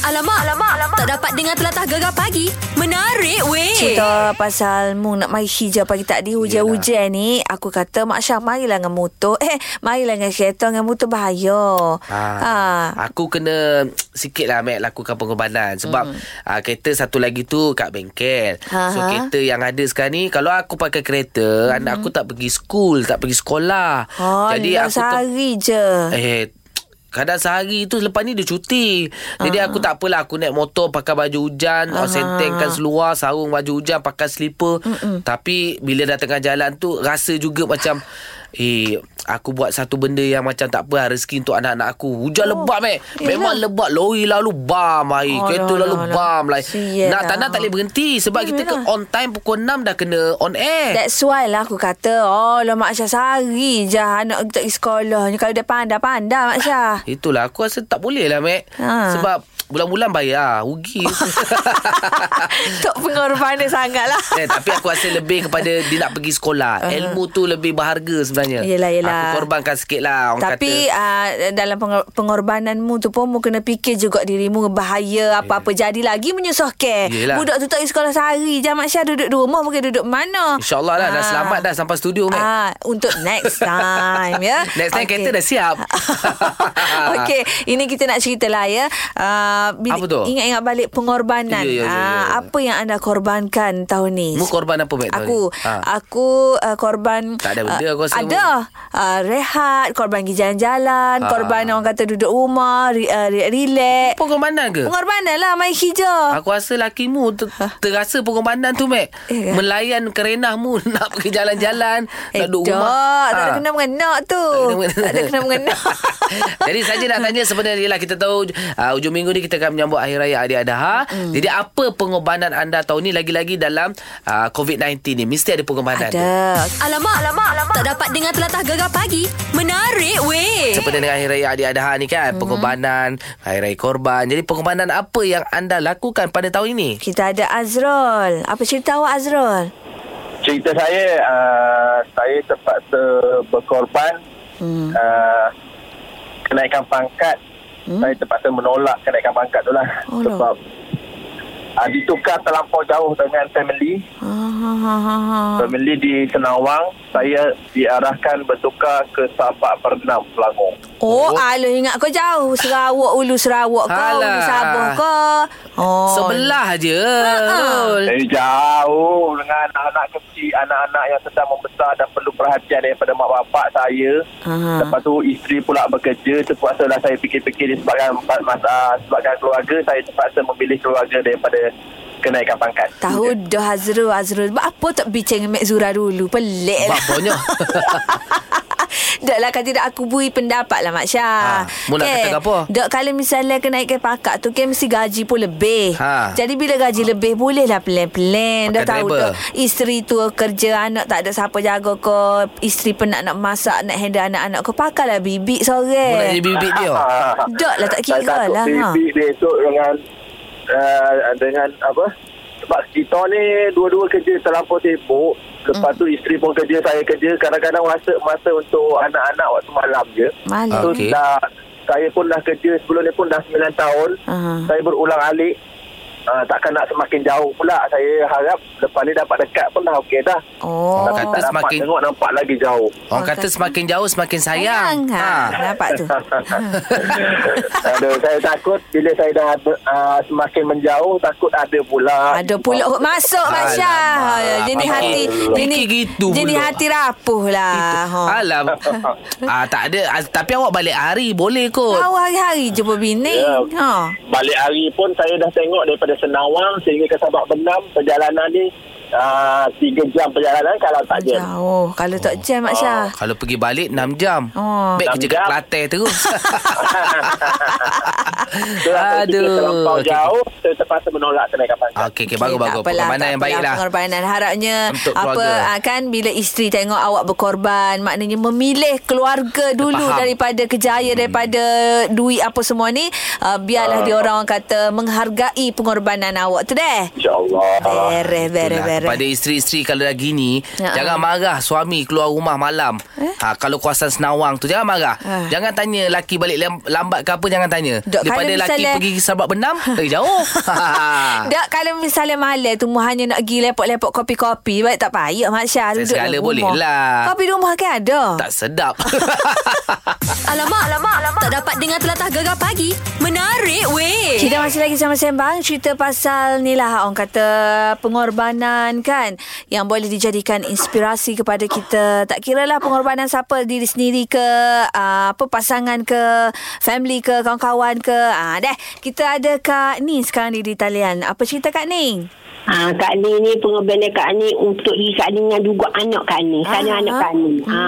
Alamak, alamak, alamak. Tak dapat dengar telatah gegar pagi. Menarik weh. Cerita pasal Mung nak mari hijau pagi tadi hujan-hujan ni. Aku kata Mak Syah marilah dengan motor. Eh, marilah dengan kereta dengan motor bahaya. Ha. Ha. Aku kena sikit lah Mac lakukan pengorbanan sebab hmm. uh, kereta satu lagi tu kat bengkel. Ha, So ha. kereta yang ada sekarang ni kalau aku pakai kereta hmm. Oh, anak aku tak pergi school, tak pergi sekolah. Ha, Jadi aku sehari je. Eh Kadang sehari tu Lepas ni dia cuti Jadi aku Ah. tak apalah Aku naik motor Pakai baju hujan uh Sentengkan seluar Sarung baju hujan Pakai slipper Mm-mm. Tapi Bila dah tengah jalan tu Rasa juga macam Eh Aku buat satu benda yang macam tak apa lah, Rezeki untuk anak-anak aku Hujan oh, lebat mek Memang lebat Lori lalu bam Alah, air Kereta lalu alah, bam lah Sial Nak tak lah. nak tak boleh berhenti Sebab kita ke on time Pukul 6 dah kena on air That's why lah aku kata Oh lah Mak Syah sehari je Anak aku tak pergi sekolah ni. Kalau dia pandai-pandai Mak Syah Itulah aku rasa tak boleh lah Mac Ha. ha. Sebab bulan-bulan bayar Rugi Tak pengorbanan sangat lah eh, Tapi aku rasa lebih kepada Dia nak pergi sekolah uh-huh. Ilmu tu lebih berharga sebenarnya Yelah, yelah. Aku korbankan sikit lah orang Tapi kata. uh, dalam pengor- pengorbananmu tu pun mu kena fikir juga dirimu bahaya apa-apa jadi lagi menyusahkan. Yelah. Budak tu tak pergi sekolah sehari je Mak Syah duduk di rumah mungkin duduk mana. InsyaAllah lah Dah Ah. selamat dah Sampai studio Mac Ah, untuk next time ya. Next time kereta dah siap. Okey, ini kita nak cerita lah ya. Uh, Apa tu? Ingat-ingat balik pengorbanan. Ya, ya, ya, Ah, ya. apa yang anda korbankan tahun ni? Mu korban apa Mac tahun Aku ni? ha. aku uh, korban Tak ada benda ah, aku rasa Ada uh, rehat, korban pergi jalan-jalan, Ah. korban orang kata duduk rumah, re, uh, re, relax. Pengorbanan ke? Pengorbanan lah main hijau. Aku rasa lakimu ter- terasa pengorbanan tu, Mac. Ha. Eh, kan? Melayan kerenahmu nak pergi jalan-jalan, Ha, nak duduk Eh, tak, rumah. tak ada Ah. kena mengena tu. Tak ada Oh, kena mengena. Jadi saja nak tanya sebenarnya lah kita tahu uh, hujung minggu ni kita akan menyambut hari raya Adi Adha. Hmm. Mm. Jadi apa pengorbanan anda tahun ni lagi-lagi dalam uh, COVID-19 ni mesti ada pengorbanan. dia. Ada. Alamak, alamak, alamak. Tak dapat dengar telatah gegar pagi. Menarik weh. Seperti dengan Hari Raya Adi Adha ni Hmm. kan Pengorbanan Hari Raya Korban Jadi pengorbanan apa yang anda lakukan pada tahun ini? Kita ada Azrul. Apa cerita awak Azrul? cerita saya uh, saya terpaksa berkorban hmm. uh, kenaikan pangkat hmm. saya terpaksa menolak kenaikan pangkat tu lah Oh, lah. sebab uh, ditukar terlampau jauh dengan family Ha ha ha ha. ha. family di Senawang saya diarahkan bertukar ke Sabak Bernam Selangor Oh, oh. alah ingat kau jauh Sarawak ulu Sarawak kau, ulu Alah. Sabah kau. Oh. Sebelah je. Rul. Saya jauh dengan anak-anak kecil, anak-anak yang sedang membesar dan perlu perhatian daripada mak bapak saya. Aha. Lepas tu isteri pula bekerja, terpaksalah saya fikir-fikir disebabkan masa sebabkan ah, keluarga, saya terpaksa memilih keluarga daripada kenaikan pangkat. Tahu dah Azrul Azrul Sebab apa tak bincang dengan Mek Zura dulu Pelik Bak lah bonyo. Tak lah kalau tidak aku beri pendapat lah Mak Syah Ha, mu nak Kan? kata apa? Tak kalau misalnya kenaikan pakak tu Kan mesti gaji pun lebih Ha. Jadi bila gaji lebih Boleh lah pelan-pelan Dah Pakai tahu driver. dah Isteri tu kerja Anak tak ada siapa jaga kau Isteri penat nak masak Nak handle anak-anak kau Pakailah bibik Mu nak jadi sore bibit dia. Dok lah, tak kira Saya lah, takut ha. baby dia esok dengan uh, dengan apa? Sebab kita ni dua-dua kerja terlampau sibuk. Lepas Hmm. tu isteri pun kerja, saya kerja. Kadang-kadang rasa masa untuk anak-anak waktu malam je. Malam So Okey. dah, saya pun dah kerja sebelum ni pun dah 9 tahun. Aha. Saya berulang alik. Uh, takkan nak semakin jauh pula. Saya harap lepas ni dapat dekat pun dah okey dah. Oh Kata Tak dapat semakin- tengok nampak lagi jauh. Orang kata semakin jauh semakin sayang. Sayang, ha. Nampak tu Aduh, saya takut bila saya dah ada, uh, semakin menjauh takut ada pula. Ada pula hok masuk Masya. Alamak. Jenis Fikir- hati jenis fikir gitu jenis pula. hati rapuh lah. Ha. Alam. ah, tak ada. Ah, tapi awak balik hari boleh kot. Tahu hari-hari jumpa bini. Ya. Ha. Balik hari pun saya dah tengok daripada Senawang sehingga ke Sabak Benam perjalanan ni uh, 3 jam perjalanan kalau tak jam. Jauh. Kalau tak jam Mak Syah. Kalau pergi balik 6 jam. Ah. Oh. Baik kerja kat Enam jam. Kelantan terus. Aduh. Terlampau Aduh. jauh, saya terpaksa menolak kenaikan pangkat. Ah, Okey, okey, Okey, bagus-bagus. tak apalah, Pengorbanan tak yang baik apalah, lah. Pengorbanan harapnya Untuk apa keluarga. ah, kan bila isteri tengok awak berkorban, maknanya memilih keluarga dulu faham. Hmm. daripada kejaya daripada duit apa semua ni, ah, biarlah dia orang kata menghargai pengorbanan awak tu deh. InsyaAllah. Beres, beres, Itulah, beres. Pada isteri-isteri kalau dah gini, Ya. jangan marah suami keluar rumah malam. Eh? Ha, kalau kuasan senawang tu jangan marah. Ah. Jangan tanya laki balik lam- lambat ke apa jangan tanya. Dok, Daripada kalau laki misalnya- pergi sabak benam, lagi jauh. Dak kalau misalnya malam tu mu hanya nak pergi lepok-lepok kopi-kopi baik tak payah Mak Syah duduk Segala dalam boleh rumah. lah. Kopi di rumah kan ada. tak sedap. Alamak, alamak, alamak. Tak dapat dengar telatah gegar pagi. Menarik weh. Kita masih lagi sama sembang cerita pasal ni lah orang kata pengorbanan kan yang boleh dijadikan inspirasi kepada kita. Tak kira lah pengorbanan siapa diri sendiri ke ah, apa pasangan ke family ke kawan-kawan ke. Ah deh kita ada Kak Ni sekarang ni di talian. Apa cerita Kak Ni? Ha, Kak Ni ni pengorbanan Kak Ni untuk diri Kak Ni dengan juga anak Kak Ni. Kerana Ah, anak Kak Ni. Ha.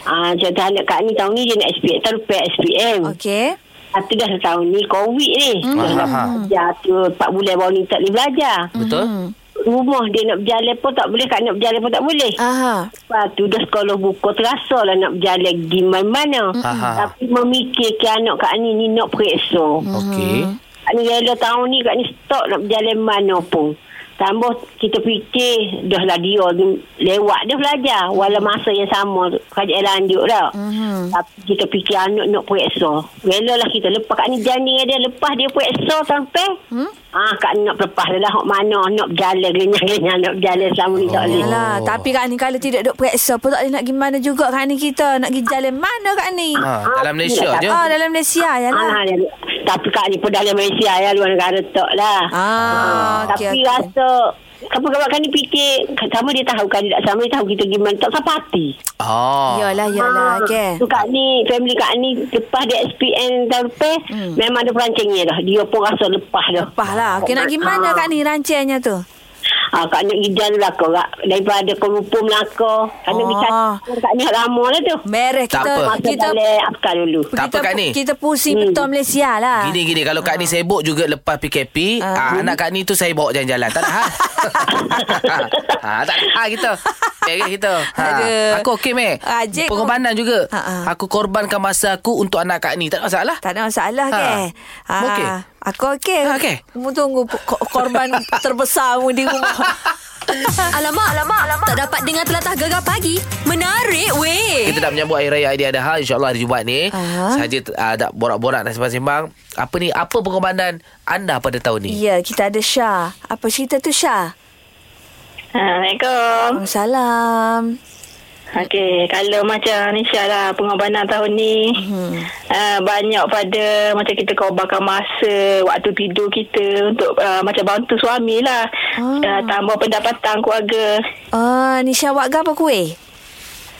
Ha, contoh anak Kak Ni tahun ni dia nak SPM, terpek SPM. Okay. Okey. Tapi dah setahun ni COVID ni. Hmm. Dia Ah. nak belajar tu 4 bulan baru ni tak boleh belajar. Betul? Hmm, Rumah dia nak berjalan pun tak boleh, Kak nak berjalan pun tak boleh. Ah. Aha. Lepas tu dah sekolah buku terasa lah nak berjalan pergi mana-mana. Ah. Tapi memikirkan anak Kak Ni ni nak periksa. hmm, Okey. Kak ni rela tahun ni Kak ni stop nak berjalan mana pun. Tambah kita fikir dah lah dia ni lewat dia belajar. Walau masa yang sama tu, kerajaan lanjut dah. Mhm. Tapi kita fikir anak nak periksa. Rela lah kita lepas Kak ni janji dengan dia lepas dia periksa sampai. Hmm? Ah, Kak ni nak lepas dia lah. Hak mana nak berjalan genyang-genyang nak berjalan selama ni tak boleh. Yalah, Oh. tapi Kak Ni kalau tidak duk periksa pun tak boleh nak pergi mana juga Kak Ni kita. Nak pergi jalan mana Kak Ni? Ha, dalam Malaysia je. Ah, dalam Malaysia ya lah. Ah, dia- tapi Kak ni pun dah dalam Malaysia ya luar negara tak lah. Ah, Tapi okey, okay, okey. rasa Kawan-kawan kan dia fikir Sama dia tahu kan Dia tak sama Dia tahu kita gimana Tak sampai hati Ah. Oh. Yalah, yalah, Ah, okey. Tu Kak ni Family Kak ni Lepas dia SPM tahun lepas Hmm. Memang ada perancangnya dah Dia pun rasa lepas dah Lepas lah. Okey, nak gimana Ah. Kak Ni rancangnya tu? ah, Kak ni pergi jalan Melaka Kak Daripada Kerupu Melaka Kak ni Ah. pergi cakap Kak ni lama lah tu Mereh Tak kita apa. Masa kita kita balik Afghan dulu Tak apa, kita- Kak Ni. Kita pusing hmm. betul Malaysia lah. Gini gini kalau Kak Ni sibuk juga lepas PKP, Ah. ah. anak Kak Ni tu saya bawa jalan-jalan. Tak ada hal. ha, tak ada hal kita. Merek kita. Ha. Aduh. Ah, Aku okey meh. Ajik. Pengorbanan juga. Ha, ha. Aku korbankan masa aku untuk anak Kak Ni. Tak ada masalah. Tak ada masalah Ha. ha. ke? Ha. Okey. Aku okey. Ha, okey. Mu tunggu po- ko- korban terbesarmu di rumah. Alamak, alamak, alamak. Tak dapat dengar telatah gegar pagi. Menarik weh. Eh. Kita dah menyambut Hari Raya Idea Adha InsyaAllah hari Jumat ni Ah. Saja uh, tak borak-borak dan sembang-sembang Apa ni Apa pengorbanan anda pada tahun ni ya, kita ada Syah. Apa cerita tu Syah? Ah, Assalamualaikum. Waalaikumsalam. Okey, kalau macam Nisha lah pengorbanan tahun ni hmm. uh, banyak pada macam kita korbankan masa, waktu tidur kita untuk uh, macam bantu suami lah. Ah. Uh, tambah pendapatan keluarga. Ah, Nisha buat apa kuih?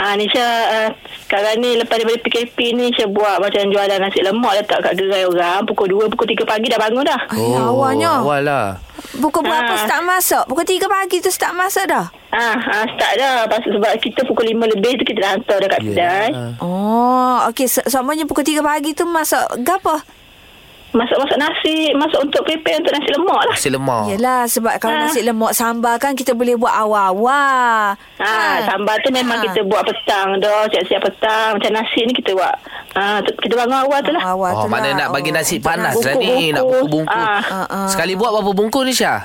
Ha, Nisha uh, sekarang ni lepas daripada PKP ni Nisha buat macam jualan nasi lemak letak kat gerai orang. Pukul 2, pukul 3 pagi dah bangun dah. Oh, ya, awalnya. Awal lah Pukul Ah. berapa start masak? Pukul 3 pagi tu start masak dah? Ha, ha, start dah. Pas, sebab kita pukul 5 lebih tu kita dah hantar dah kat Ya. kedai. Ah. Oh, okey. So, semuanya pukul 3 pagi tu masak gapa? Masak-masak nasi, masak untuk pepper untuk nasi lemak lah. Nasi lemak Yelah, sebab kalau Ha. Ah. nasi lemak sambal kan kita boleh buat awal-awal. Ha, sambal tu memang Ah. ha. kita buat petang dah, siap-siap petang. Macam nasi ni kita buat. Ha, tu- kita bangun awal tu lah. Awal Oh, tu mana lah. nak bagi nasi untuk panas nasi. lah ni Bungkus. Nak bungkus-bungkus Ah. Ah, ah. Sekali buat berapa bungkus ni Syah?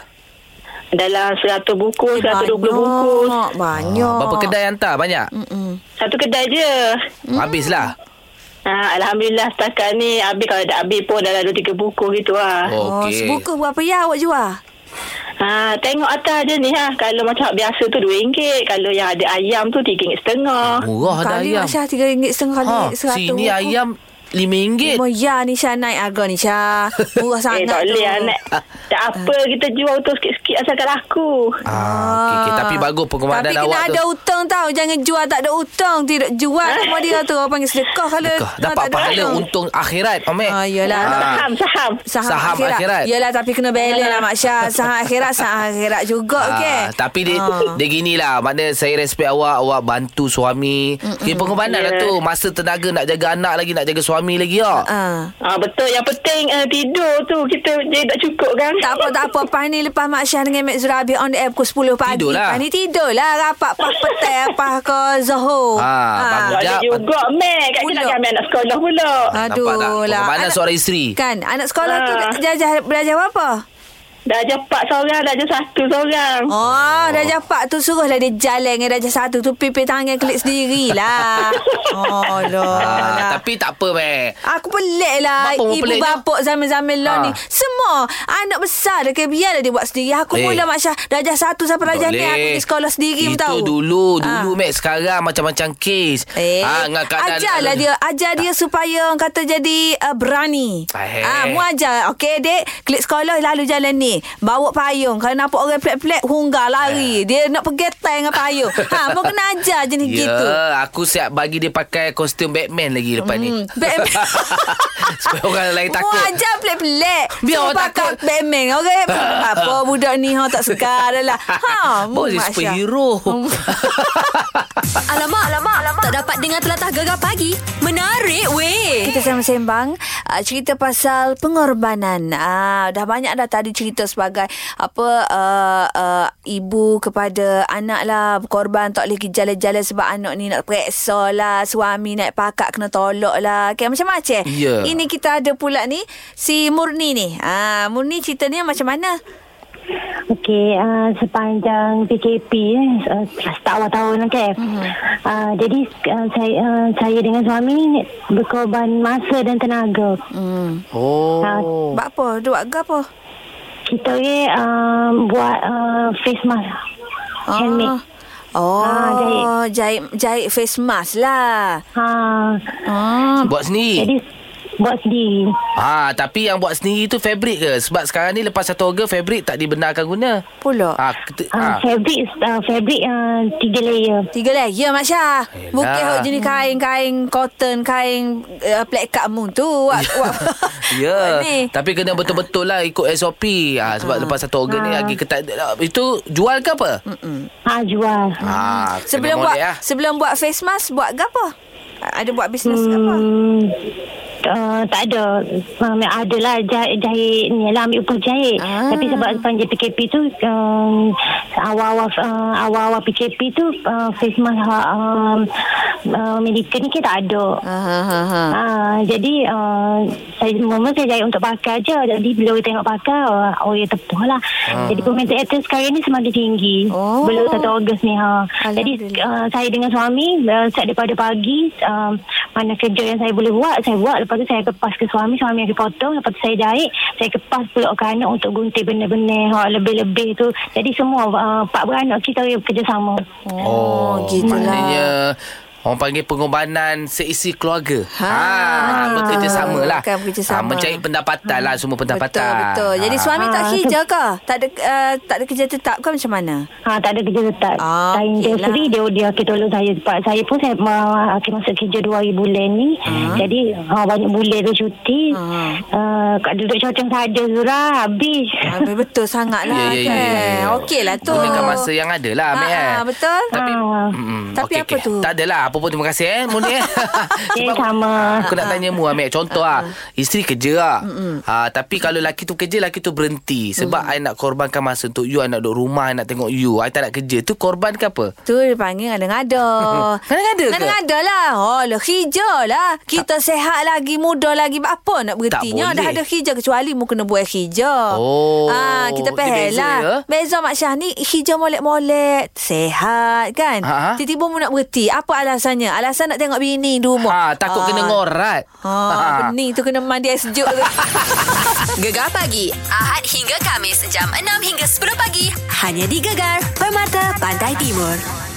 Dalam 100 bungkus, 120 bungkus. Eh, Banyak, Banyak. Ah, Berapa kedai hantar? Banyak? Mm-mm. Satu kedai je. mm. Habislah Ha, Alhamdulillah setakat ni habis kalau tak habis pun dalam 2-3 bungkus gitu lah. Oh. Oh. Oh, Okey. sebuku berapa ya awak jual? Ha, tengok atas je ni ha. Kalau macam biasa tu RM2. Kalau yang ada ayam tu RM3.5. Murah ada Kali ayam Masya RM3.5 kali ha, RM100. Sini ayam RM5 Cuma ya ni Syah naik harga ni Syah. Murah Eh, sangat tak tu. boleh anak. Tak apa, kita jual tu sikit-sikit asalkan laku. Ah, okay, okay. Tapi bagus pengorbanan Tapi kena awak ada tu utang tau. Jangan jual tak ada utang. Tidak jual semua dia tu. Orang panggil sedekah kalau Kah, tak Dapat ada pahala utang. untung akhirat Omek Ah, yelah. Saham, saham. Saham, Saham akhirat. akhirat. Yelah tapi kena balance lah Mak Syah. Saham akhirat, saham akhirat juga Ah, okey. Tapi dia, Ah. dia gini lah Maknanya saya respect awak Awak bantu suami Okay pengorbanan lah Ya. tu Masa tenaga nak jaga anak lagi Nak jaga suami lagi ya. Ah. Ah betul yang penting uh, tidur tu kita dia tak cukup kan. Tak apa, tak apa. Lepas ni lepas Mak Syah dengan Mek Zurabi on the air pukul 10 pagi. Tidur lah. Lepas ni tidur lah. Rapat pas petang, pas ke Zohor. Ada Ah, bangun Sekejap. juga Mac kat kita Pulak. nak ambil anak sekolah pula. Ah, Aduh nampak tak? lah. Pengorbanan kan? Anak- seorang isteri. Kan, anak sekolah tu Ah. belajar, belajar apa? Dah je empat seorang, dah je satu seorang. Oh. Oh, dah japak tu suruhlah dia jalan dengan darjah satu tu pipi tangan kelik sendirilah. oh, loh. Ah, lah. tapi tak apa, meh. Aku pelik lah Bapa pun Ibu peliknya. bapa zaman-zaman lah Ah. ni Semua Anak besar dia kan Biarlah dia buat sendiri Aku Eh. mula Masya Darjah satu sampai darjah ni Aku pergi sekolah sendiri Itu pun tahu dulu Dulu Ah. Mac Sekarang macam-macam kes Eh, Ah, dengan keadaan- Ah. ajarlah dia ajar dia supaya orang kata jadi uh, berani. Eh. Ah, mu ajar. Okey, dek, klik sekolah lalu jalan ni. Bawa payung. Kalau nampak orang pelik-pelik hunggar lari. Dia nak pergi tang dengan payung. ha, mu kena ajar jenis Eh. Ya, gitu. aku siap bagi dia pakai kostum Batman lagi lepas ni. Hmm, Batman. Supaya orang lain Mu takut. ajar pelik-pelik. Biar Suruh orang pakai takut. Batman. Orang apa budak ni ha tak suka dah lah. Ha, Hmm. mu Boleh Masya. superhero. Alamak, alamak, alamak. Tak dapat dengar telatah gegar pagi. Menarik weh. Kita sembang-sembang uh, cerita pasal pengorbanan. Ah dah banyak dah tadi cerita sebagai apa uh, uh, ibu kepada anak lah berkorban tak boleh pergi jalan-jalan sebab anak ni nak periksa lah, suami naik pakak kena tolak lah. Okay, macam-macam. Ya. Ini kita ada pula ni si Murni ni. Ah Murni cerita ni macam mana? Okey, uh, sepanjang PKP eh, uh, start awal tahun lah kan. Mm-hmm. Uh, jadi uh, saya uh, saya dengan suami berkorban masa dan tenaga. Hmm. oh. Oh. Buat apa? Dia buat ke apa? Kita ni uh, buat uh, face mask. Handmade. Oh, Ah, jahit. jahit jahit face mask lah. Ha, Ah, Buat sendiri. jadi buat sendiri. Ha, tapi yang buat sendiri tu fabric ke? Sebab sekarang ni lepas 1 Ogos fabric tak dibenarkan guna. pula. Ha, kita, Uh, ha. Fabric uh, fabric uh, tiga layer. Tiga lah. Ya, Mak Syah. Yelah. Bukan hok jenis kain-kain cotton, kain uh, black cut moon tu. Wak, wak, Ya, wak ni. Ah. tapi kena betul-betul lah ikut SOP. Ha, sebab lepas 1 Ogos ni lagi ketat. Itu jual ke apa? Ha, jual. Ha, kena Sebelum buat molek lah. sebelum buat face mask, buat ke apa? Ah, Ada buat bisnes hmm. apa? Hmm, uh, tak ada uh, Ada lah jahit, jahit ni lah Ambil upah jahit Ah. ah. Tapi sebab panjang PKP tu um, Awal-awal uh, Awal-awal PKP tu uh, Face mask um, uh, Medical ni kan tak ada Ha, ha, ha, ha. Ah, jadi uh, saya mula saya jahit untuk pakai je. Jadi bila orang tengok pakai, uh, orang tepuh lah. Jadi permintaan atas sekarang ni semakin tinggi. Ah. Oh. Belum 1 Ogos ni. Ha. Jadi Alhamdulillah. uh, saya dengan suami, uh, start daripada pagi, um, mana kerja yang saya boleh buat, saya buat. Lepas tu saya kepas ke suami, suami akan potong. Lepas tu saya jahit, saya kepas pula ke anak untuk gunting benda-benda. Ha, lebih-lebih tu. Jadi semua uh, pak beranak kita orang bekerjasama. Oh, gitulah. Maknanya orang panggil pengorbanan seisi keluarga. Ha, bekerjasama lah. kan, bekerjasama. Ha, mencari pendapatan lah semua pendapatan. Betul, betul. Jadi Ha. suami tak Ah, kerja ke? Tak ada uh, tak ada kerja tetap ke macam mana? Ha, tak ada kerja tetap. Ah, Ah, saya okey industri dia dia akan tolong saya sebab saya pun saya ma, akan masuk kerja dua hari bulan ni. Jadi ha, banyak bulan tu cuti. Ah. Uh, kat duduk cotong saja Zura habis. Ah, betul sangat lah. Ya, ya, ya, kan? ya, ya. Okey lah tu. Gunakan masa yang ada lah, Mek. Ha, eh. ha, betul. Tapi, Ah. Mm-mm. Tapi Okey, apa okey. tu? Tak adalah. Apa pun terima kasih eh, Moni eh. Ya, sama. Aku nak tanya mu Amir Contoh ah Isteri kerja lah ha, Tapi kalau lelaki tu kerja Lelaki tu berhenti Sebab Mm. I nak korbankan masa Untuk you I nak duduk rumah I nak tengok you I tak nak kerja Tu korban ke apa? Tu dia panggil ngada-ngada. Ngada-ngada ke? Ngada-ngada lah. Oh, lah hijau lah. Kita sehat lagi, muda lagi. buat Apa nak berhentinya? boleh. Dah ada hijau kecuali mu kena buat hijau. Oh, Ah, kita dia faham beza, lah. ya? Beza Mak Syah ni hijau molek-molek. Sehat kan? Ha, ha. Tiba-tiba mu nak berhenti. Apa alasannya? Alasan nak tengok bini di rumah. Ha, takut kena ngorat Ah. Ha, bening tu kena mandi air sejuk. Gegar pagi. Ahad hingga Kamis. Jam 6 hingga 10 pagi. Hanya di Gegar. Permata Pantai Timur.